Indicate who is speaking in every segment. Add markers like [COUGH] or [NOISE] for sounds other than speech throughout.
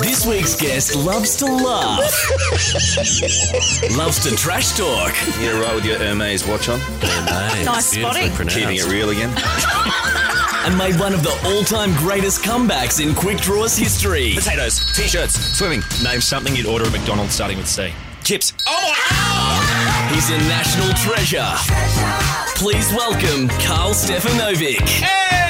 Speaker 1: This week's guest loves to laugh, loves to trash talk.
Speaker 2: You're right with your Hermes watch on.
Speaker 3: Nice spotting.
Speaker 2: Keeping it real again.
Speaker 1: [LAUGHS] and made one of the all-time greatest comebacks in quick draws history.
Speaker 4: Potatoes, t-shirts, swimming. Name something you'd order at McDonald's starting with C. Chips. Oh,
Speaker 1: He's a national treasure. Please welcome Carl Stefanovic.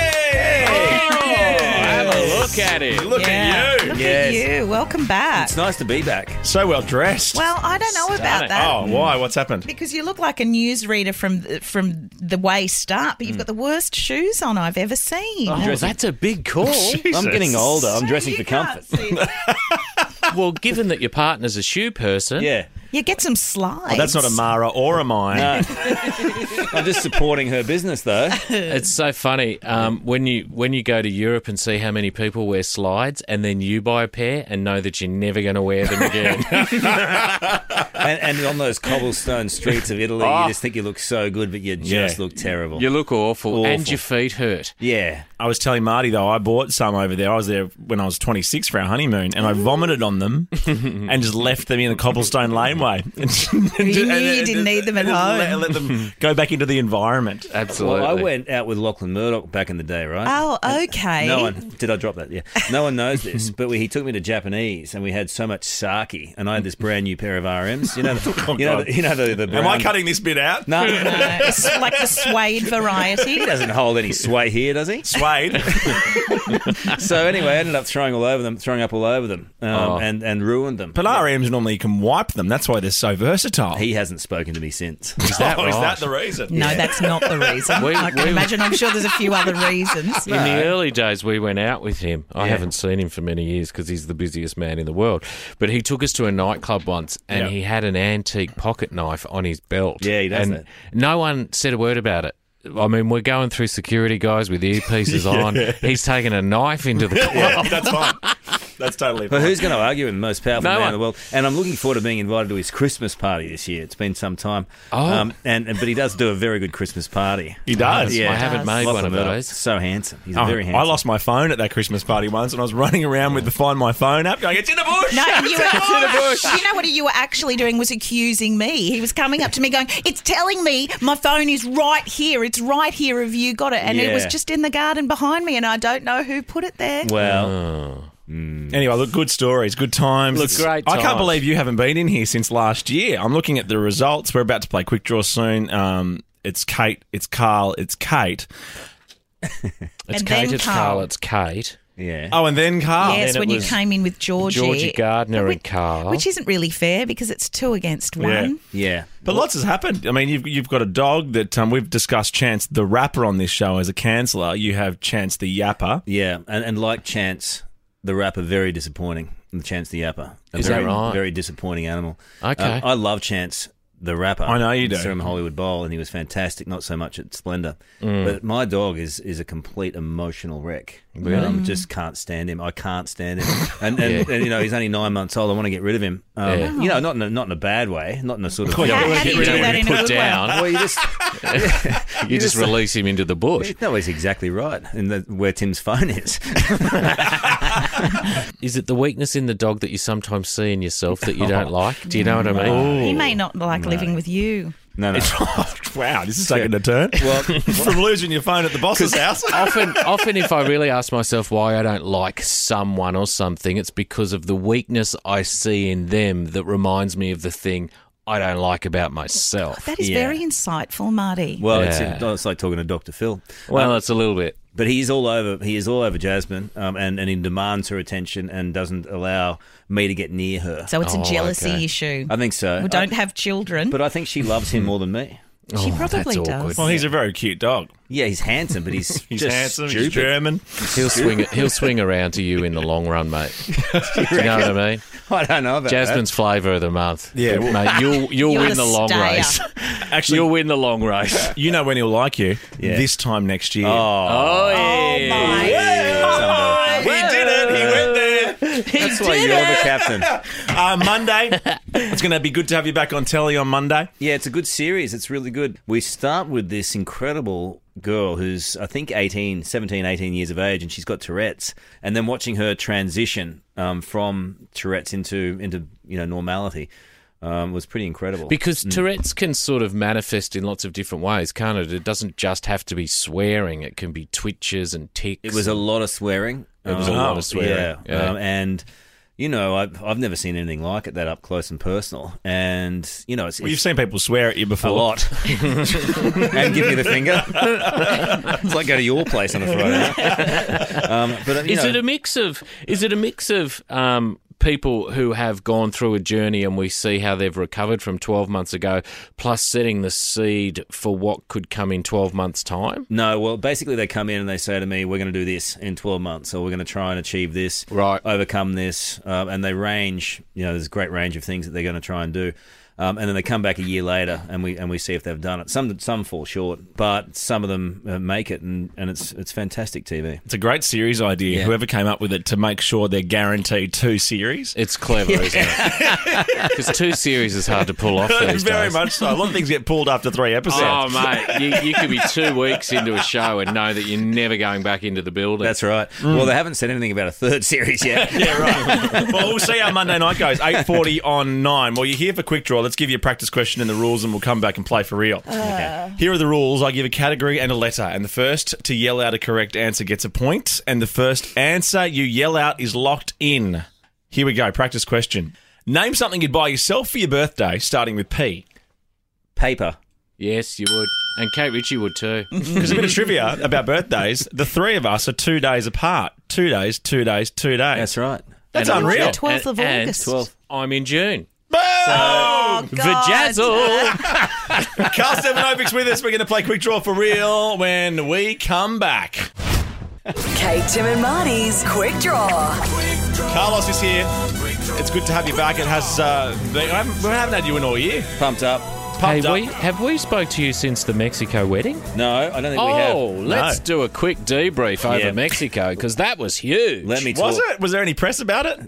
Speaker 5: Look at him.
Speaker 2: Look
Speaker 3: Yeah. Look at you. Welcome back.
Speaker 2: It's nice to be back.
Speaker 4: So well dressed.
Speaker 3: Well, I don't know about
Speaker 5: Stunning.
Speaker 3: that.
Speaker 4: oh, why? What's happened?
Speaker 3: Because you look like a newsreader from from the waist up, but you've got the worst shoes on I've ever seen.
Speaker 5: Oh, that's a big call.
Speaker 4: Jesus.
Speaker 2: I'm getting older. I'm
Speaker 3: So
Speaker 2: dressing
Speaker 3: you
Speaker 2: for
Speaker 3: can't
Speaker 2: comfort.
Speaker 3: see that.
Speaker 5: [LAUGHS] well, given that your partner's a shoe person,
Speaker 2: Yeah.
Speaker 3: you get some slides.
Speaker 4: That's not a Mara or a mine.
Speaker 2: I'm just supporting her business, though.
Speaker 5: it's so funny um, when you when you go to Europe and see how many people wear slides, and then you buy a pair and know that you're never going to wear them again.
Speaker 2: And, and on those cobblestone streets of Italy, you just think you look so good, but you just
Speaker 4: Ah. Yeah.
Speaker 2: look terrible.
Speaker 5: you look awful, and
Speaker 2: Awful.
Speaker 5: your feet hurt.
Speaker 2: yeah.
Speaker 4: I was telling Marty though, I bought some over there. I was there when I was 26 for our honeymoon, and I vomited on
Speaker 2: [LAUGHS]
Speaker 4: them and just left them in the
Speaker 3: [LAUGHS]
Speaker 4: cobblestone laneway. And ju- and
Speaker 3: You knew
Speaker 4: and-
Speaker 3: you
Speaker 4: and-
Speaker 3: didn't need them at
Speaker 4: and just
Speaker 3: home.
Speaker 4: Let, let them go back into the environment.
Speaker 5: Absolutely.
Speaker 2: Well, I went out with Lachlan Murdoch back in the day, right?
Speaker 3: Oh, okay.
Speaker 2: No one did I drop that? Yeah, no one knows this, but we, he took me to Japanese, and we had so much sake, and I had this brand new pair of RMs. You know, the,
Speaker 4: [LAUGHS] Oh,
Speaker 2: you know,
Speaker 4: God.
Speaker 2: the, you know the, the
Speaker 4: Am I
Speaker 2: brown-
Speaker 4: cutting this bit out?
Speaker 3: [LAUGHS]
Speaker 2: No,
Speaker 3: No, it's like the suede variety.
Speaker 2: [LAUGHS] he doesn't hold any sway here, does he? [LAUGHS]
Speaker 4: Suede.
Speaker 2: So anyway, I ended up throwing all over them, throwing up all over them, um,
Speaker 5: Oh.
Speaker 2: and and ruined them.
Speaker 4: But RMs normally you can wipe them. That's why they're so versatile.
Speaker 2: he hasn't spoken to me since.
Speaker 5: Is that
Speaker 4: oh,
Speaker 5: right?
Speaker 4: is that the reason?
Speaker 3: No, that's not the reason.
Speaker 5: We-
Speaker 3: I can
Speaker 5: we-
Speaker 3: imagine. I'm sure there's a few other
Speaker 5: [LAUGHS]
Speaker 3: reasons.
Speaker 5: In the early days, we went out with him. I haven't seen him for many years because he's the busiest man in the world. But he took us to a nightclub once, and
Speaker 4: Yeah.
Speaker 5: he had an antique pocket knife on his belt.
Speaker 2: Yeah, he does
Speaker 5: And
Speaker 2: that.
Speaker 5: No one said a word about it. I mean, we're going through security guys with earpieces on. He's taking a knife into the club.
Speaker 4: Yeah, that's fine. That's totally fine.
Speaker 2: But who's going to argue with the most powerful
Speaker 5: No
Speaker 2: man
Speaker 5: one.
Speaker 2: in the world? And I'm looking forward to being invited to his Christmas party this year. It's been some time. Um,
Speaker 5: Oh.
Speaker 2: and, and but he does do a very good Christmas party.
Speaker 4: He does.
Speaker 2: Yeah.
Speaker 5: I
Speaker 3: does.
Speaker 5: haven't made
Speaker 2: Lachlan
Speaker 5: one of
Speaker 2: Murdoch,
Speaker 5: those.
Speaker 2: So handsome. He's
Speaker 4: Oh,
Speaker 2: very
Speaker 4: I
Speaker 2: handsome.
Speaker 4: lost my phone at that Christmas party once, and I was running around with the Find My Phone app, going, "It's in the bush."
Speaker 3: No, and you were, You know what you were actually doing was accusing me. He was coming up to me going, "It's telling me my phone is right here. It's right here. Have you got it?" And it was
Speaker 2: Yeah.
Speaker 3: just in the garden behind me, and I don't know who put it there.
Speaker 2: Well,
Speaker 4: Anyway, look, good stories, good times.
Speaker 5: Look, great
Speaker 4: I can't
Speaker 5: times.
Speaker 4: believe you haven't been in here since last year. I'm looking at the results. We're about to play quick draw soon. Um, it's Kate. It's Carl. It's Kate.
Speaker 5: It's
Speaker 3: And
Speaker 5: Kate,
Speaker 3: then
Speaker 5: it's
Speaker 3: Carl.
Speaker 5: Carl, it's Kate.
Speaker 2: yeah.
Speaker 4: Oh, and then Carl.
Speaker 3: yes,
Speaker 5: then it
Speaker 3: when you
Speaker 5: was
Speaker 3: came in with Georgie,
Speaker 5: Georgie Gardner
Speaker 3: But
Speaker 5: and Carl.
Speaker 3: which isn't really fair because it's two against one.
Speaker 4: Yeah.
Speaker 2: Yeah.
Speaker 4: But lots has happened. I mean, you've you've got a dog that um, we've discussed. Chance the rapper on this show as a canceller. You have Chance the yapper. [LAUGHS]
Speaker 2: Yeah. And, and like Chance, the rapper, very disappointing. And Chance the Yapper. A
Speaker 5: Is that
Speaker 2: very,
Speaker 5: right?
Speaker 2: Very disappointing animal.
Speaker 5: Okay.
Speaker 2: Um, I love Chance the rapper.
Speaker 4: I know you do.
Speaker 2: I saw him at Hollywood Bowl and he was fantastic, not so much at Splendor.
Speaker 4: Mm.
Speaker 2: But my dog is is a complete emotional wreck. Really? Um, just can't stand him. I can't stand
Speaker 4: [LAUGHS]
Speaker 2: him. And, and, and you know, he's only nine months old. I want to get rid of him. Um,
Speaker 5: Yeah.
Speaker 2: You know, not in, a, not in a bad way, not in
Speaker 4: [LAUGHS]
Speaker 2: a sort of.
Speaker 3: How,
Speaker 4: Yeah,
Speaker 3: how do
Speaker 4: get
Speaker 3: you
Speaker 4: rid of
Speaker 3: do
Speaker 4: him,
Speaker 3: that in a
Speaker 5: put
Speaker 3: good
Speaker 5: down.
Speaker 3: way?
Speaker 2: [LAUGHS] Well, you just.
Speaker 5: you just release him into the bush.
Speaker 2: No, he's exactly right. And that where Tim's phone is.
Speaker 5: Is it the weakness in the dog that you sometimes see in yourself that
Speaker 4: [LAUGHS]
Speaker 5: you
Speaker 4: Oh.
Speaker 5: don't like? Do you know what I mean?
Speaker 3: He may not like living with you.
Speaker 2: No, no.
Speaker 4: wow, this is taking a turn. Well, [LAUGHS] from losing your phone at the boss's house.
Speaker 5: often, often, if I really ask myself why I don't like someone or something, it's because of the weakness I see in them that reminds me of the thing I don't like about myself.
Speaker 3: That is
Speaker 2: Yeah.
Speaker 3: very insightful, Marty.
Speaker 2: Well, it's,
Speaker 5: Yeah.
Speaker 2: it's like talking to Dr. Phil.
Speaker 5: Well,
Speaker 4: Um,
Speaker 5: it's a little bit.
Speaker 2: But he's all over. He is all over Jasmine, um, and and he demands her attention and doesn't allow me to get near her.
Speaker 3: so it's a
Speaker 5: Oh,
Speaker 3: jealousy
Speaker 5: okay. uh,
Speaker 3: issue.
Speaker 2: I think so.
Speaker 3: we don't
Speaker 2: I-
Speaker 3: have children.
Speaker 2: but I think she loves him more than me.
Speaker 3: she
Speaker 5: Oh, that's
Speaker 3: probably
Speaker 5: awkward.
Speaker 3: does.
Speaker 4: [LAUGHS] Well, he's a very cute dog.
Speaker 2: Yeah, he's handsome, but he's
Speaker 4: He's
Speaker 2: just
Speaker 4: handsome. He's
Speaker 2: Stupid.
Speaker 4: German.
Speaker 5: He'll swing. He'll swing around to you in the long
Speaker 4: [LAUGHS]
Speaker 5: run, mate. Do you know what I mean?
Speaker 2: [LAUGHS] I don't know about
Speaker 5: Jasmine's flavour of the month.
Speaker 4: Yeah, well-
Speaker 5: mate. You'll you'll
Speaker 3: You're
Speaker 5: win
Speaker 3: the
Speaker 5: the long
Speaker 3: stayer.
Speaker 5: race. Actually, you'll win the long
Speaker 4: [LAUGHS]
Speaker 5: race.
Speaker 4: You know when he'll like you.
Speaker 2: Yeah.
Speaker 4: This time next year.
Speaker 2: That. Oh,
Speaker 5: Oh,
Speaker 3: Oh my!
Speaker 4: Uh, He did it. He went there.
Speaker 2: that's why you're the captain.
Speaker 4: Uh, Monday. it's going to be good to have you back on telly on Monday.
Speaker 2: Yeah, it's a good series. It's really good. We start with this incredible girl who's, I think, 18, 17, 18 years of age, and she's got Tourette's. And then watching her transition um, from Tourette's into, into you know, normality um, was pretty incredible.
Speaker 5: Because Tourette's can sort of manifest in lots of different ways, can't it? It doesn't just have to be swearing, it can be twitches and ticks.
Speaker 2: It was a lot of swearing. It
Speaker 5: was a lot of swearing,
Speaker 2: Yeah.
Speaker 5: yeah.
Speaker 2: Um, and, you know, I've, I've never seen anything like it that up close and personal. And, you know, it's,
Speaker 4: Well, you've
Speaker 2: it's
Speaker 4: seen people swear at you before.
Speaker 2: a lot. [LAUGHS] and give me the finger. it's like go to your place on a Friday. night. um, but, you
Speaker 5: is
Speaker 2: know,
Speaker 5: it a mix of is it a mix of um, people who have gone through a journey and we see how they've recovered from 12 months ago plus setting the seed for what could come in 12 months time
Speaker 2: No, well, basically they come in and they say to me, "We're going to do this in twelve months, or we're going to try and achieve this,
Speaker 5: Right.
Speaker 2: Overcome this," um, and they range. You know, there's a great range of things that they're going to try and do, um, and then they come back a year later, and we and we see if they've done it. Some some fall short, but some of them uh, make it, and, and it's it's fantastic TV.
Speaker 4: It's a great series idea.
Speaker 2: Yeah.
Speaker 4: Whoever came up with it to make sure they're guaranteed two series.
Speaker 5: it's clever isn't it
Speaker 2: [LAUGHS]
Speaker 5: because two series is hard to pull off
Speaker 4: [LAUGHS]
Speaker 5: these
Speaker 4: Very
Speaker 5: days.
Speaker 4: much so. A lot of things get pulled after three episodes.
Speaker 5: Oh mate, you, you could be two weeks into a show and know that you're never going back into the building.
Speaker 2: That's right. Well, they haven't said anything about a third [LAUGHS] series
Speaker 4: [LAUGHS]
Speaker 2: yet.
Speaker 4: Yeah, right. well, we'll see how Monday night goes. Eight forty on nine. Well, you're here for quick draw. Let's give you a practice question and the rules, and we'll come back and play for real. Here are the rules. I give a category and a letter, and the first to yell out a correct answer gets a point, and the first answer you yell out is locked in. Here we go. Practice question. Name something you'd buy yourself for your birthday, starting with P.
Speaker 2: Paper.
Speaker 5: Yes, you would, and Kate Ritchie would too.
Speaker 2: [LAUGHS]
Speaker 4: Because a bit of trivia about birthdays. The three of us are two days apart. Two days, two days, two days.
Speaker 2: That's right.
Speaker 4: That's
Speaker 5: And-
Speaker 4: unreal.
Speaker 3: 12th of
Speaker 5: And- and
Speaker 3: August.
Speaker 2: 12th.
Speaker 5: I'm in June.
Speaker 3: Oh, God.
Speaker 5: Vajazzle.
Speaker 4: Carl Stephanovic's with us. We're going to play Quick Draw for Real when we come back.
Speaker 6: Kate, Tim, and Marty's Quick Draw.
Speaker 4: Carlos is here. It's good to have you back. It has. Uh, been, I haven't, we haven't had you in all year.
Speaker 2: Pumped up.
Speaker 4: Pumped
Speaker 5: hey,
Speaker 4: up.
Speaker 5: we, have we spoke to you since the Mexico wedding?
Speaker 2: No, I don't think we have.
Speaker 5: Oh, let's
Speaker 4: No.
Speaker 5: do a quick debrief over
Speaker 2: Yeah.
Speaker 5: Mexico because that was huge.
Speaker 2: Let me talk.
Speaker 4: Was it? Was there any press about it?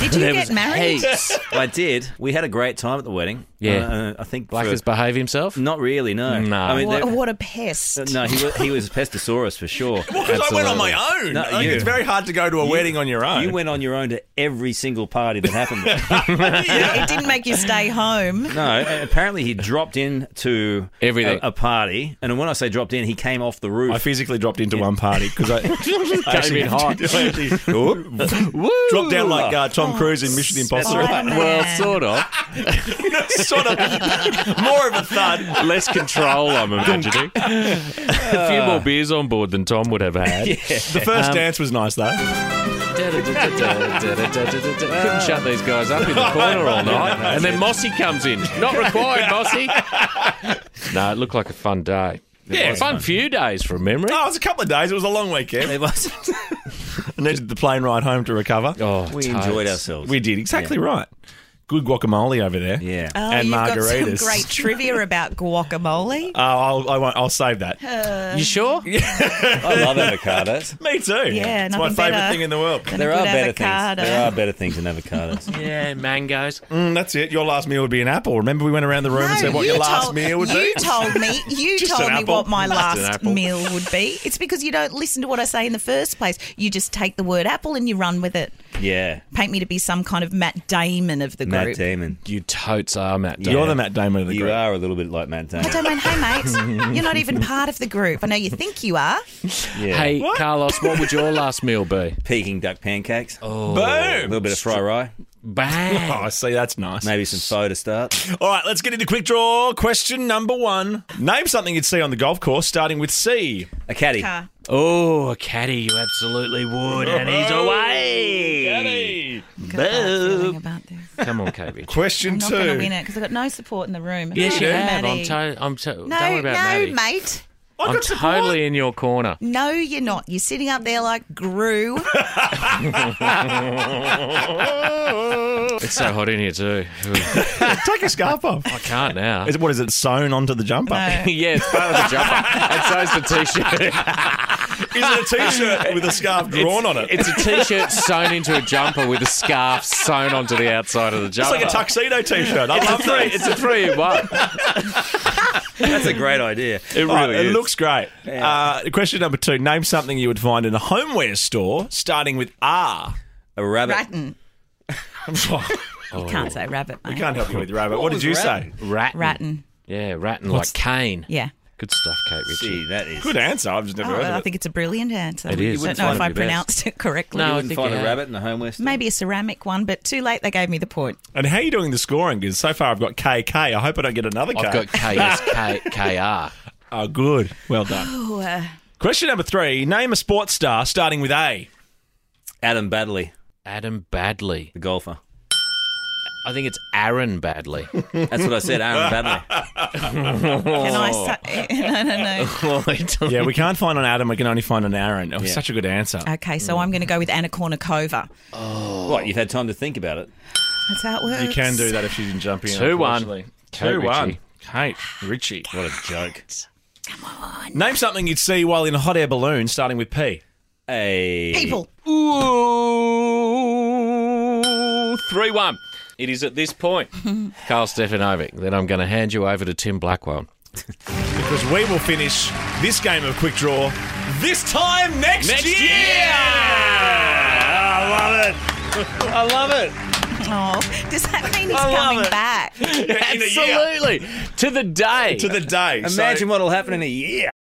Speaker 3: Did you get married?
Speaker 5: Heaps.
Speaker 2: I did. We had a great time at the wedding.
Speaker 5: Yeah.
Speaker 2: Uh, I think for-
Speaker 5: Blackers behave himself.
Speaker 2: Not really, no.
Speaker 5: No.
Speaker 2: I mean,
Speaker 3: What,
Speaker 2: there-
Speaker 3: what a pest.
Speaker 2: no, he was, he was Pestosaurus
Speaker 4: [LAUGHS]
Speaker 2: for sure.
Speaker 4: Because I went on
Speaker 5: Absolutely.
Speaker 4: my own.
Speaker 2: No,
Speaker 4: Like,
Speaker 2: you.
Speaker 4: It's very hard to go to a wedding on your own.
Speaker 2: You went on your own to every single party that
Speaker 4: [LAUGHS]
Speaker 2: happened.
Speaker 3: It didn't make you stay home.
Speaker 2: no, a- apparently he dropped in to
Speaker 5: Everything.
Speaker 2: a, a party, and when I say dropped in, he came off the roof.
Speaker 4: I physically dropped into one party because I, I actually
Speaker 5: in hot.
Speaker 4: [LAUGHS] I
Speaker 2: [LAUGHS]
Speaker 4: actually dropped down like uh, Tom Cruise in Mission Impossible.
Speaker 3: Spider-Man.
Speaker 5: Well, sort of.
Speaker 4: sort of more of a thud.
Speaker 5: Less control, I'm imagining. [LAUGHS] a few more beers on board than Tom would have
Speaker 2: [LAUGHS]
Speaker 5: had.
Speaker 4: The first dance was nice though.
Speaker 5: Couldn't shut these guys up in the corner all night. And then Mossy comes in. Not required, Mossy. no, it looked like a fun day.
Speaker 4: Yeah.
Speaker 5: fun few days from memory.
Speaker 4: No, Oh, it was a couple of days. It was a long weekend.
Speaker 2: It was- [LAUGHS]
Speaker 4: I needed the plane ride home to recover.
Speaker 5: Oh,
Speaker 2: we
Speaker 5: totes.
Speaker 2: enjoyed ourselves.
Speaker 4: We did exactly right. Good guacamole over there.
Speaker 2: yeah.
Speaker 3: Oh,
Speaker 4: and
Speaker 3: you've got
Speaker 4: margaritas.
Speaker 3: some great trivia about guacamole.
Speaker 4: Oh, I'll, I won't, I'll save that.
Speaker 5: You sure?
Speaker 2: I love avocados.
Speaker 4: Me too.
Speaker 3: Yeah,
Speaker 4: it's my
Speaker 3: nothing
Speaker 4: favourite
Speaker 3: better.
Speaker 4: thing in the world.
Speaker 3: And a
Speaker 2: There are
Speaker 3: good
Speaker 2: better
Speaker 3: avocado.
Speaker 2: things. There are better things than
Speaker 5: [LAUGHS]
Speaker 2: avocados.
Speaker 5: Yeah, mangoes.
Speaker 4: Mm, that's it. Your last meal would be an apple. Remember, we went around the room and said what your last
Speaker 3: told,
Speaker 4: meal would
Speaker 3: you
Speaker 4: be.
Speaker 3: told me. You
Speaker 4: Just
Speaker 3: told
Speaker 4: an
Speaker 3: me
Speaker 4: apple.
Speaker 3: what my
Speaker 4: Just an
Speaker 3: last
Speaker 4: apple.
Speaker 3: meal would be. It's because you don't listen to what I say in the first place. You just take the word apple and you run with it.
Speaker 2: Yeah.
Speaker 3: Paint me to be some kind of Matt Damon of the group.
Speaker 2: Matt Damon.
Speaker 5: You totes are, Matt.
Speaker 4: You're the Matt Damon of the
Speaker 2: You
Speaker 4: group.
Speaker 2: are a little bit like Matt
Speaker 3: I
Speaker 2: Damon.
Speaker 3: don't mean, hey mates, you're not even part of the group. I know you think you are.
Speaker 2: Yeah.
Speaker 5: Hey, Carlos, what would your last meal be?
Speaker 2: Peking duck pancakes. Oh. A
Speaker 4: Boom.
Speaker 2: little bit of fry rye.
Speaker 4: [LAUGHS]
Speaker 5: Bang.
Speaker 4: Oh, see, that's nice.
Speaker 2: Maybe some soda to start.
Speaker 4: All right, let's get into quick draw. Question number one. Name something you'd see on the golf course starting with C.
Speaker 2: A caddy.
Speaker 3: Car.
Speaker 5: Oh, a caddy, you absolutely would. And he's away.
Speaker 3: Got a bad feeling about this.
Speaker 5: Come on, Katie.
Speaker 4: Question
Speaker 3: I'm not going to win it because I've got no support in the room.
Speaker 5: Yes, you
Speaker 3: No,
Speaker 5: have. I'm,
Speaker 3: Maddie.
Speaker 5: to- I'm to-
Speaker 3: no,
Speaker 5: don't worry
Speaker 3: no,
Speaker 5: about Maddie.
Speaker 3: mate.
Speaker 4: I
Speaker 5: I'm
Speaker 4: got support.
Speaker 5: totally in your corner.
Speaker 3: No, you're not. You're sitting up there like Gru.
Speaker 5: [LAUGHS] It's so hot in here [LAUGHS] too. Ooh,
Speaker 4: Take a scarf off.
Speaker 5: I can't now. [LAUGHS]
Speaker 4: Is it, what is it sewn onto the jumper?
Speaker 5: yeah, it's part of the jumper. And so's the t-shirt.
Speaker 4: Is it a t-shirt with a scarf drawn on it?
Speaker 5: [LAUGHS] It's a t-shirt sewn into a jumper with a scarf sewn onto the outside of the
Speaker 4: It's
Speaker 5: jumper.
Speaker 4: like a tuxedo t-shirt. I
Speaker 5: It's a
Speaker 4: love
Speaker 5: three.
Speaker 4: that.
Speaker 5: It's a three in one.
Speaker 2: That's a great idea.
Speaker 5: [LAUGHS]
Speaker 2: Oh,
Speaker 5: It
Speaker 4: All right,
Speaker 5: really
Speaker 4: It
Speaker 5: is.
Speaker 4: looks great. Uh, question number two: Name something you would find in a homeware store, starting with R. [LAUGHS]
Speaker 2: A rabbit.
Speaker 3: Ratton. You
Speaker 5: Oh.
Speaker 3: can't say rabbit, mate.
Speaker 4: I can't help you with your rabbit. What,
Speaker 2: What
Speaker 4: did
Speaker 2: was
Speaker 4: you
Speaker 2: rabbit?
Speaker 4: say?
Speaker 5: Ratton.
Speaker 3: Ratton.
Speaker 5: Yeah, ratting like cane.
Speaker 3: Yeah.
Speaker 5: Good stuff, Kate Ritchie.
Speaker 2: Gee, that
Speaker 4: [LAUGHS]
Speaker 2: is.
Speaker 4: Good answer. I've just never
Speaker 3: Oh,
Speaker 4: heard of
Speaker 3: I
Speaker 4: it.
Speaker 3: think it's a brilliant answer.
Speaker 5: It is.
Speaker 3: I don't
Speaker 5: It's
Speaker 3: know
Speaker 5: one
Speaker 3: if
Speaker 5: of
Speaker 3: I
Speaker 5: the best.
Speaker 3: pronounced it correctly.
Speaker 5: No, I
Speaker 2: Couldn't
Speaker 5: think
Speaker 2: find
Speaker 5: you
Speaker 2: a
Speaker 5: have.
Speaker 2: rabbit in the homeware store.
Speaker 3: Maybe a ceramic one, but too late. They gave me the point.
Speaker 4: and how are you doing the scoring? Because so far I've got KK. I hope I don't get another K.
Speaker 5: I've got [LAUGHS] KSKKR.
Speaker 4: oh, good. Well done.
Speaker 3: Oh, uh,
Speaker 4: question number three: Name a sports star starting with A.
Speaker 2: Adam Badley,
Speaker 5: Adam Badley.
Speaker 2: the golfer.
Speaker 5: I think it's Aaron Badley. [LAUGHS]
Speaker 2: That's what I said. Aaron Badley.
Speaker 3: can I
Speaker 5: Oh.
Speaker 3: say? [LAUGHS] no, no, no.
Speaker 4: Yeah, we can't find an Adam. We can only find an Aaron. Oh, Such a good answer.
Speaker 3: Okay, so I'm going to go with Anna Kournikova.
Speaker 2: What? You've had time to think about it.
Speaker 3: That's how it works.
Speaker 4: You can do that if you didn't jump in.
Speaker 5: 2 1.
Speaker 4: unfortunately. Two one. Kate Richie.
Speaker 2: What a joke.
Speaker 4: Name something you'd see while in a hot air balloon, starting with P.
Speaker 2: Hey.
Speaker 3: People.
Speaker 5: Ooh, 3 1. It is at this point, [LAUGHS] Carl Stefanovic, that I'm going to hand you over to Tim Blackwell.
Speaker 4: Because we will finish this game of quick draw this time next,
Speaker 5: Next
Speaker 4: year.
Speaker 5: year!
Speaker 4: I love it. I love it.
Speaker 3: Oh, does that mean he's
Speaker 4: I love
Speaker 3: coming
Speaker 4: it.
Speaker 3: back?
Speaker 4: [LAUGHS] In a year.
Speaker 5: Absolutely. To the day.
Speaker 4: To the day. So-
Speaker 2: Imagine what'll happen in a year.